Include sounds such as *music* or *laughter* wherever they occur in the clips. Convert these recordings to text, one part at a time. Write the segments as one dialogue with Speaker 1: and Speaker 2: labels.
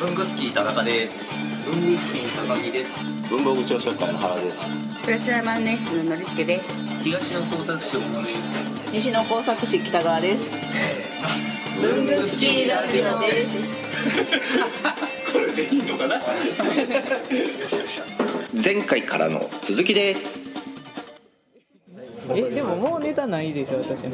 Speaker 1: 文具スキー田中です文具スキー高木です
Speaker 2: 文房具商紹会の原です。
Speaker 3: プラチナ万年筆ののりつけです。
Speaker 1: 東の工作所のです
Speaker 3: 西野工作士北川です。文具スキーラジオです。
Speaker 2: これでいいのかな。前回からの続きです。
Speaker 4: えでももうネタないでしょ私ね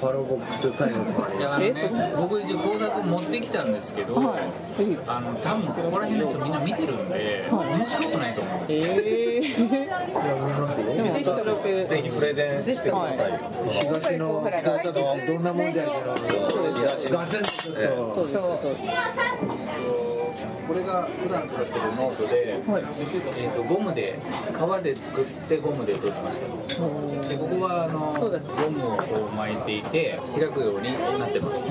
Speaker 5: パロボックスタイムとか
Speaker 6: い
Speaker 5: ね
Speaker 6: やあのね、僕一応工作持ってきたんですけど、
Speaker 4: はいぜひ
Speaker 6: あの多分ここら辺の人みんな見てるんで、面白くないと思うんですよ
Speaker 4: えー、でも登録
Speaker 5: ぜひプレゼンしてください東の東のどんなもんじゃいけない東のガツンとちょっ
Speaker 4: そうですそうです
Speaker 6: これが普段使ってるノートで、えー、とゴムで革で作ってゴムで取りましたでここはあの
Speaker 4: そうだ
Speaker 6: ゴムをこう巻いていて開くようになってます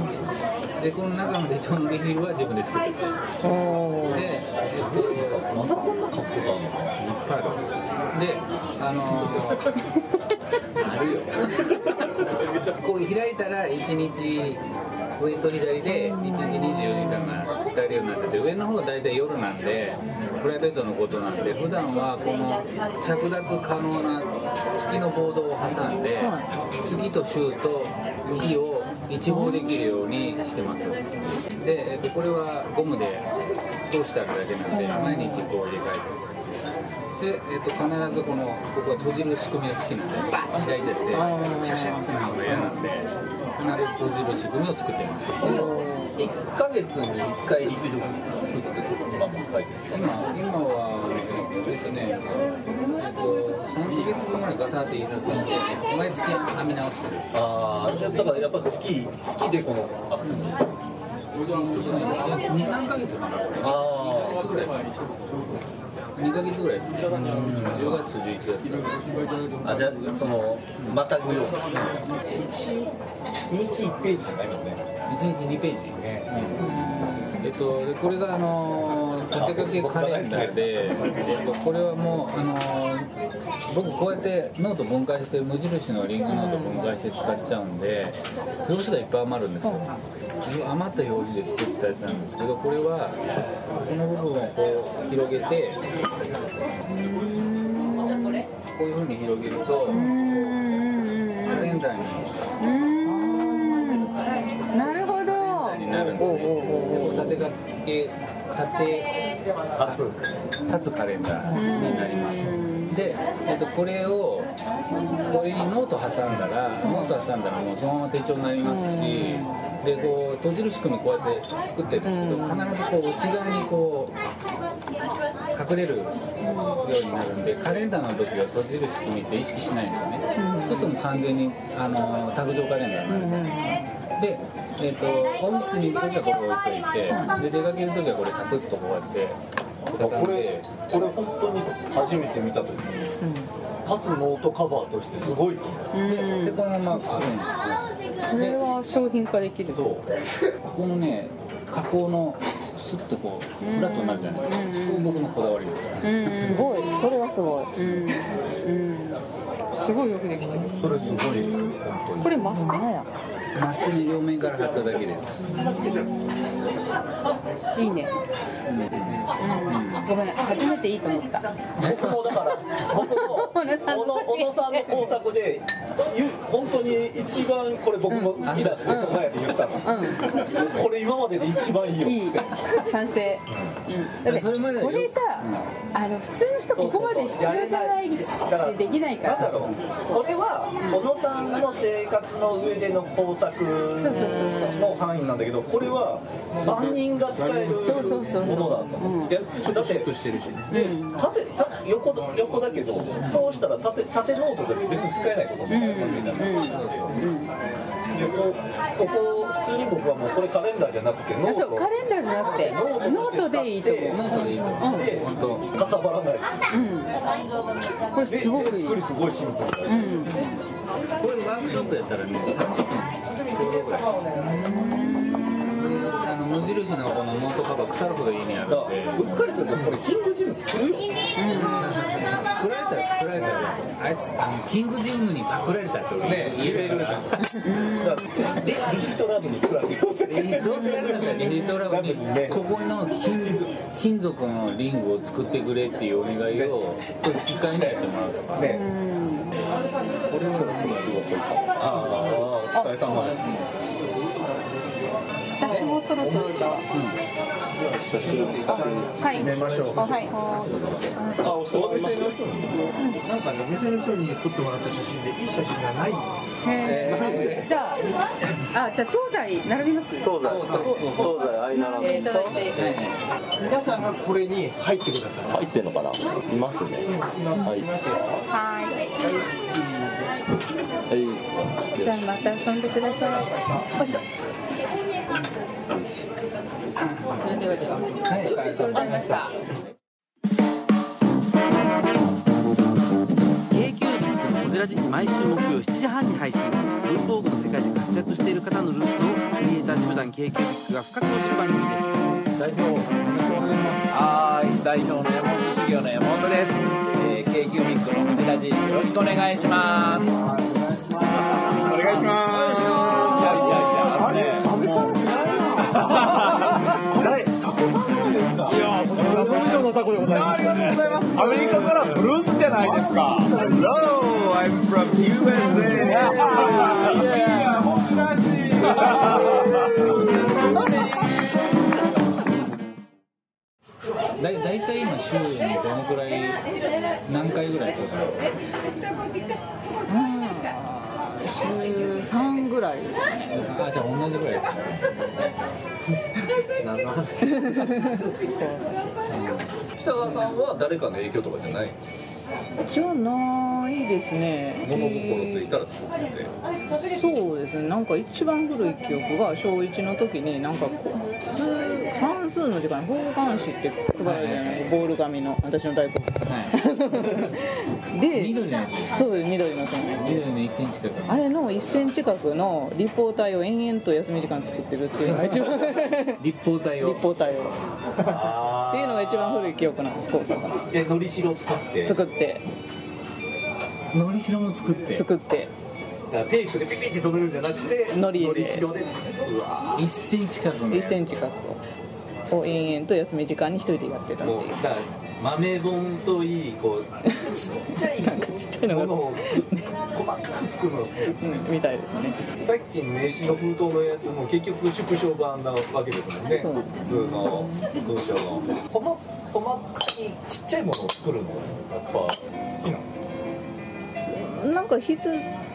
Speaker 6: でこの中の手帳のリフィルは自分で作ってます
Speaker 4: おお
Speaker 6: で、えっと、まだこんな格好があるのかないっぱいあるで、あのー、あるよこう開いたら1日上と左で1日24時間が使えるようになってて上の方は大体夜なんでプライベートのことなんで普段はこの着脱可能な月のボードを挟んで月と週と日を一望できるようにしてますで、えっと、これはゴムで通してあるだけなんで毎日こう入れ替えてますで、えっと、必ずこの僕は閉じる仕組みが好きなんでバッと開いちゃってクシャクシャってなるのが嫌なんで必ず閉じる仕組みを作ってます
Speaker 5: と一ヶ月に一回リフィル作ってくる今も書いてる
Speaker 6: 今今はですね、えっと、3ヶ月分ぐらいガサーって印刷して毎月編み直してる
Speaker 5: ああだからやっぱ月月でこの集め
Speaker 6: 23ヶ月かなこれ
Speaker 5: あ
Speaker 6: 2ヶ月ぐらい2ヶ月ぐらいですね10月と11月
Speaker 5: あじゃあそのまたぐよう一日一ページじゃないもんね
Speaker 6: 一日2ページ、えっと、でこれがあのー立てかけカレンダーで、えっと、これはもうあのー僕こうやってノート分解して無印のリンクノート分解して使っちゃうんで表紙がいっぱい余るんですよ余った表紙で作ったやつなんですけどこれはこの部分をこう広げてこういうふうに広げるとカレンダーに
Speaker 4: なるほど
Speaker 6: になるんですね立てかけ立て
Speaker 5: 立
Speaker 6: 立つカレンダーになりますで、えっと、これをこれにノート挟んだらノート挟んだらもうそのまま手帳になりますしでこう閉じる仕組みこうやって作ってるんですけど必ずこう内側にこう隠れるようになるんでカレンダーの時は閉じる仕組みって意識しないんですよねそうするともう完全にあの卓上カレンダーになるじゃないですかで、えっとオフィスに行く時はこれ置いといてで出かける時はこれサクッとこうやって畳ん
Speaker 5: こ
Speaker 6: で
Speaker 5: れこれ本当に初めて見た時に立つノートカバーとしてすごいと思う
Speaker 6: ででこのまま作るんです
Speaker 4: こ
Speaker 6: よ
Speaker 4: れ
Speaker 6: で
Speaker 4: は商品化できる
Speaker 5: そう
Speaker 6: このね加工のスッとこうフラットになるじゃないですかこれ僕のこだわりです
Speaker 4: すごいそれはすごいうん、すごいよくできてる
Speaker 5: それすごいですよ本当に
Speaker 3: これマステ。
Speaker 6: まっすぐに両面から貼っただけです
Speaker 3: いいね。ごめん、初めていいと思った。
Speaker 5: 僕もだから僕も
Speaker 3: 小野さん
Speaker 5: 小
Speaker 3: の
Speaker 5: 野 *laughs* 小野さんの工作でゆ本当に一番これ僕も好きだって前で言ったの、これ今までで一番いいよ
Speaker 3: いい。賛成。うん。だって、
Speaker 6: それまでだよ
Speaker 3: これさ、あの普通の人ここまで必要じゃないし、できないか
Speaker 5: なんだ
Speaker 3: ら。
Speaker 5: ろうこれは小野さんの生活の上での工作
Speaker 3: そうそうそうそう
Speaker 5: の範囲なんだけどこれは万人が使えるものだ
Speaker 3: そうそうそうそううん
Speaker 5: でだって
Speaker 6: してるし
Speaker 5: で縦た横だ横だけどそうしたら縦縦ノートでも別に使えないこともあるわけじゃない、でこうここ普通に僕はもうこれカレンダーじゃなくてノ
Speaker 3: あ、
Speaker 5: ート
Speaker 3: そう、カレンダーじゃなくて、ノートでいいと思う。
Speaker 6: ノートでいいと思う
Speaker 5: でかさばらないし
Speaker 3: これすごくいい
Speaker 5: 作。りすごいシンプルだし、
Speaker 6: これワークショップやったらね30分ちょうどぐらいであの無印のこのノートカバー腐るほどいいにある
Speaker 5: だか
Speaker 6: んで
Speaker 5: らうっかりするとこれキングジム作るよ
Speaker 6: 作られたら作られたらあいつあのキングジムにパクられたって俺言えるじゃん
Speaker 5: だってリリヒトラブに作らせようぜ
Speaker 6: どうせやるんだったらリヒトラブに
Speaker 5: ね
Speaker 6: ここの金金属のリングを作ってくれっていうお願いをこれ機械にやってもらうとか
Speaker 5: ねこれはそろそろ仕事行こうああお疲れ様です
Speaker 4: 私もそろそろじゃあはい
Speaker 5: ましょう
Speaker 4: あはい
Speaker 5: あおそうですね
Speaker 7: なんかね、お店の人に撮ってもらった写真で、いい写真がない。
Speaker 4: へーじゃああじゃあ東西並びます
Speaker 3: えっと
Speaker 7: 皆さんがこれに入ってください。
Speaker 2: 入ってんのかな。いますね。は。
Speaker 4: はい
Speaker 2: はい
Speaker 3: じゃあまた遊んでくださいおいしょそれではでは
Speaker 6: はい
Speaker 3: ありがとうございました
Speaker 8: k q b のこじらじ毎週木曜7時半に配信文房具の世界で活躍している方のルーツをクリエイター集団 k q b が深く知る番組です
Speaker 6: 代表お願いしますはい代表の山本修行の山本です、えー、k q ミックのホテラジよろしくお願いします
Speaker 7: お願いしま
Speaker 6: いやいやいや
Speaker 7: あれ、安倍さんいないな。誰、タコさんなんですか。いや、以上のタコでございます。ありがとうございます。アメリカからブルースじゃないですか。Hello, I'm from USA. いや、ホスラ
Speaker 6: だい大体今週にどのくらい何回ぐらい撮るの
Speaker 4: 週三ぐらい
Speaker 6: あじゃあ同じぐらいですね
Speaker 5: 北川さんは誰かの影響とかじゃない
Speaker 4: じゃないですね
Speaker 5: 物心ついたら作って
Speaker 4: そうですねなんか一番古い記憶が小1の時になんかこう数算数の時間に方眼紙って配られるじゃないボール紙の私の大好物 *laughs* で
Speaker 6: 緑のやつ
Speaker 4: そうです緑のそのね
Speaker 6: 緑の1センチか
Speaker 4: あれの1センチ角の立方体を延々と休み時間作ってるっていうのが一番 *laughs* 立
Speaker 6: 立方体を
Speaker 4: 方体をっていうのが一番古い記憶なんです高坂の
Speaker 5: でのりしろ使って
Speaker 4: 作って
Speaker 6: のりしろも作って
Speaker 4: 作って
Speaker 7: だからテープでピピって止めるんじゃなくて
Speaker 4: のりで
Speaker 7: しろでうわ
Speaker 6: 1センチ角の
Speaker 4: 1
Speaker 6: やつ
Speaker 4: センチ角を延々と休み時間に一人でやってたってい
Speaker 7: もう
Speaker 4: う
Speaker 7: だから豆本といいこうちっちゃいものを作って細かく作るのが好きです
Speaker 4: うんみたいですね
Speaker 7: さっきの名刺の封筒のやつも結局縮小版なわけですもんね
Speaker 4: そう
Speaker 7: 普通の文章の細細かいちっちゃいものを作るのがやっぱ好きなの
Speaker 4: なんか必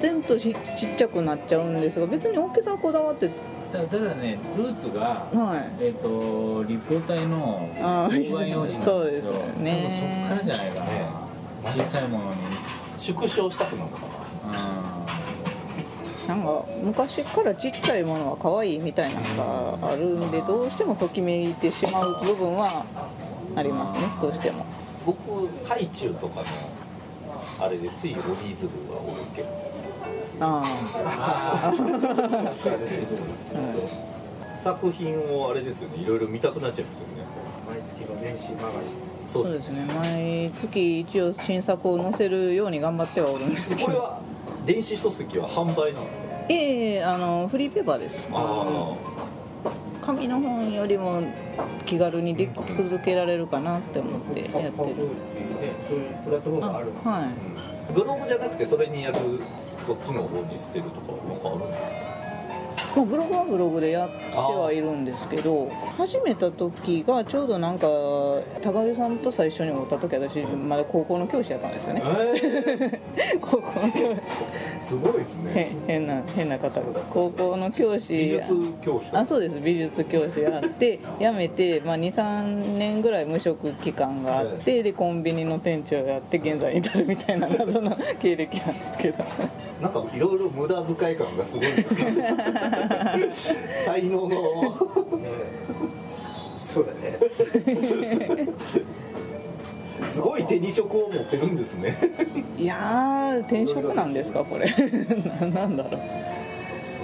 Speaker 4: 然としちっちゃくなっちゃうんですが別に大きさはこだわって
Speaker 6: たただねルーツが
Speaker 4: はい
Speaker 6: えっ、と立方体の
Speaker 4: あー
Speaker 6: 方眼用紙なんですよ
Speaker 4: そうです
Speaker 6: 多
Speaker 4: ね
Speaker 6: 分そっからじゃないかな小さいものに
Speaker 7: 縮小したくなるのか
Speaker 6: あ
Speaker 4: なんか昔からちっちゃいものは可愛いみたいなのがあるんでどうしてもときめいてしまう部分はありますねどうしても
Speaker 7: 僕ハイチュウとかのあれでつい折り鶴が多いけど *laughs*
Speaker 4: あ
Speaker 6: あ
Speaker 7: 作品をあれですよねいろいろ見たくなっちゃいますよね
Speaker 4: そうですね毎月一応新作を載せるように頑張ってはおるんですけ
Speaker 7: これ
Speaker 4: ど
Speaker 7: は電子書籍は販売なんですか
Speaker 4: いえいえあのフリーペーパーです
Speaker 7: あ
Speaker 4: 紙の本よりも気軽にでき続けられるかなって思ってやってるあはい
Speaker 7: あブログじゃなくてそれにやるそっちの方に捨てるとかなんかあるんですか
Speaker 4: まあ、ブログはブログでやってはいるんですけど始めた時がちょうどなんか高木さんと最初に会った時私まだ高校の教師やったんですよ *laughs* ね高校の教
Speaker 7: すごいです
Speaker 4: 師変な変な方が高校の教師
Speaker 7: 美術教師
Speaker 4: あそうです美術教師やって辞めて、まあ、23年ぐらい無職期間があってでコンビニの店長やって現在に至るみたいな謎の経歴なんですけど
Speaker 7: なんかいろいろ無駄遣い感がすごいんですけ
Speaker 4: *laughs*
Speaker 7: ど才能のそうだねすごい手に職を持ってるんですね
Speaker 4: いやー転職なんですかこれ *laughs* ななんだろう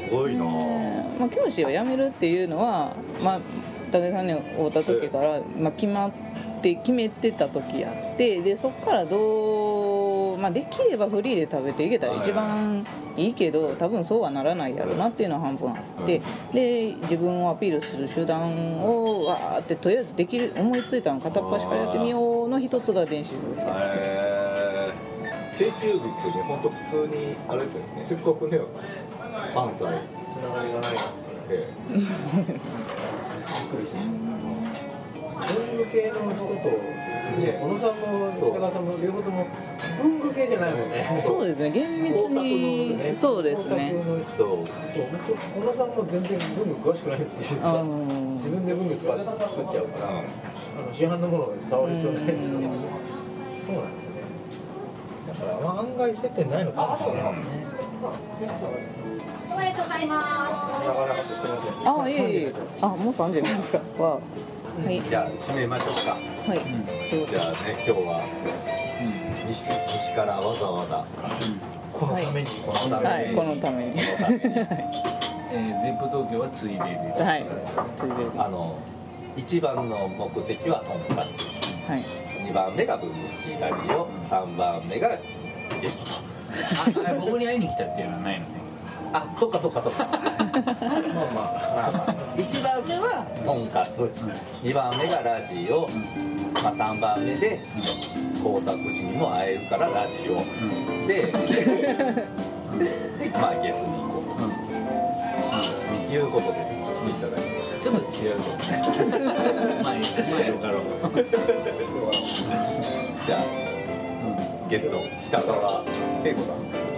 Speaker 7: すごいな
Speaker 4: まあ、教師を辞めるっていうのは、まあ、武井さんに会った時から、まあ、決まって決めてた時やってでそこからどう、ままあ、できればフリーで食べていけたら一番いいけど多分そうはならないやろなっていうのは半分あってで自分をアピールする手段をわーってとりあえずできる思いついたの片っ端からやってみようの一つが電子書籍
Speaker 7: えー、k キュービックに本当普通にあれですよねせっかくね関西つながりがないええ
Speaker 9: 文具系の人と、ね、小野さんも北川さんも両方とも文具系じゃないもんね。
Speaker 4: そうですね厳密に、そうですね
Speaker 9: 工作の人そう僕小野さんも全然文具詳しくないですし
Speaker 4: あ
Speaker 9: 自
Speaker 4: の
Speaker 9: 分で文具使って作っちゃうから、あの市販のものを触る必要ないんで
Speaker 4: うん
Speaker 9: そうなんですねだから、まあ、案外接点ないのかもしれないねおめでとうございます長らかったすいません
Speaker 4: あいえいえあもう3時なんですかわあはい
Speaker 7: じゃあ締めましょうか
Speaker 4: はい、どう
Speaker 7: じゃあね今日は西西からわざわざ
Speaker 9: このために、
Speaker 7: このた
Speaker 4: は
Speaker 7: め
Speaker 4: い、
Speaker 7: に、
Speaker 4: このために。
Speaker 7: このために
Speaker 4: は
Speaker 6: えー、全部東京はついでで
Speaker 4: い、ついでに。
Speaker 7: あの一番の目的はとんかつ
Speaker 4: はい。
Speaker 7: 二番目がブングスキーラジオ三番目がゲスト
Speaker 6: ああ僕に会いに来たっていうのはないの
Speaker 4: *laughs*
Speaker 6: ね
Speaker 7: あそっかそっかそっ *laughs* かまあまあまあまあ一番目はとんかつ二番目がラジオ、まあ、三番目で工作士にも会えるからラジオ、 *laughs* ででまあゲスに行こうと、いうことで来ていただいて
Speaker 6: ちょっと違う
Speaker 4: *laughs*
Speaker 6: けどねまあいいまあよかろう
Speaker 7: じゃあ、ゲスト北川聖子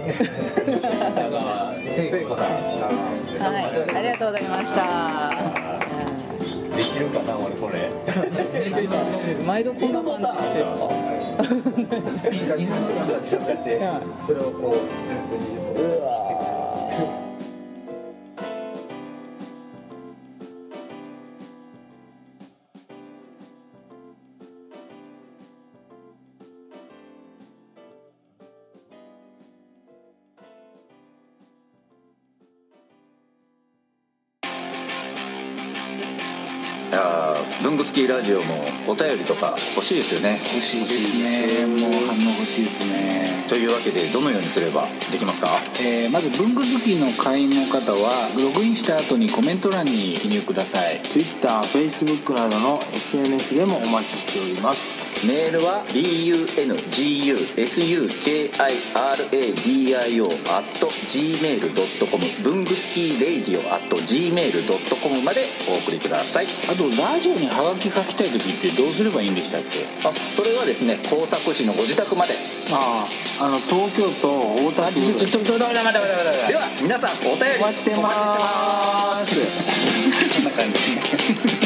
Speaker 4: *laughs*
Speaker 7: さん北川聖子さん
Speaker 4: はい、ありがとうございました。
Speaker 7: できるかな俺これ
Speaker 4: 毎度こんな
Speaker 7: ボタン
Speaker 4: 感じです。
Speaker 9: それをこう
Speaker 5: あー文具スキーラジオもお便りとか欲しいですよね
Speaker 6: 欲しいですねもう反応欲しいですね
Speaker 5: というわけでどのようにすればできますか
Speaker 6: えーまず文具好きの会員の方はログインした後にコメント欄に記入ください
Speaker 9: TwitterFacebook などの SNS でもお待ちしております
Speaker 5: メールは bunguskiradio gmail.com 文具スキーレイディオ gmail.com までお送りください
Speaker 6: あとラジオにハガキ書きたい時ってどうすればいいんでしたっけ
Speaker 5: あそれはですね工作士のご自宅まで
Speaker 9: あああの東京都大田区
Speaker 6: ちょちょちょダメダメダメダメダメ
Speaker 5: では皆さんお便り
Speaker 9: お待ちしてま
Speaker 5: お待ちしてます
Speaker 9: す
Speaker 6: こんな感じ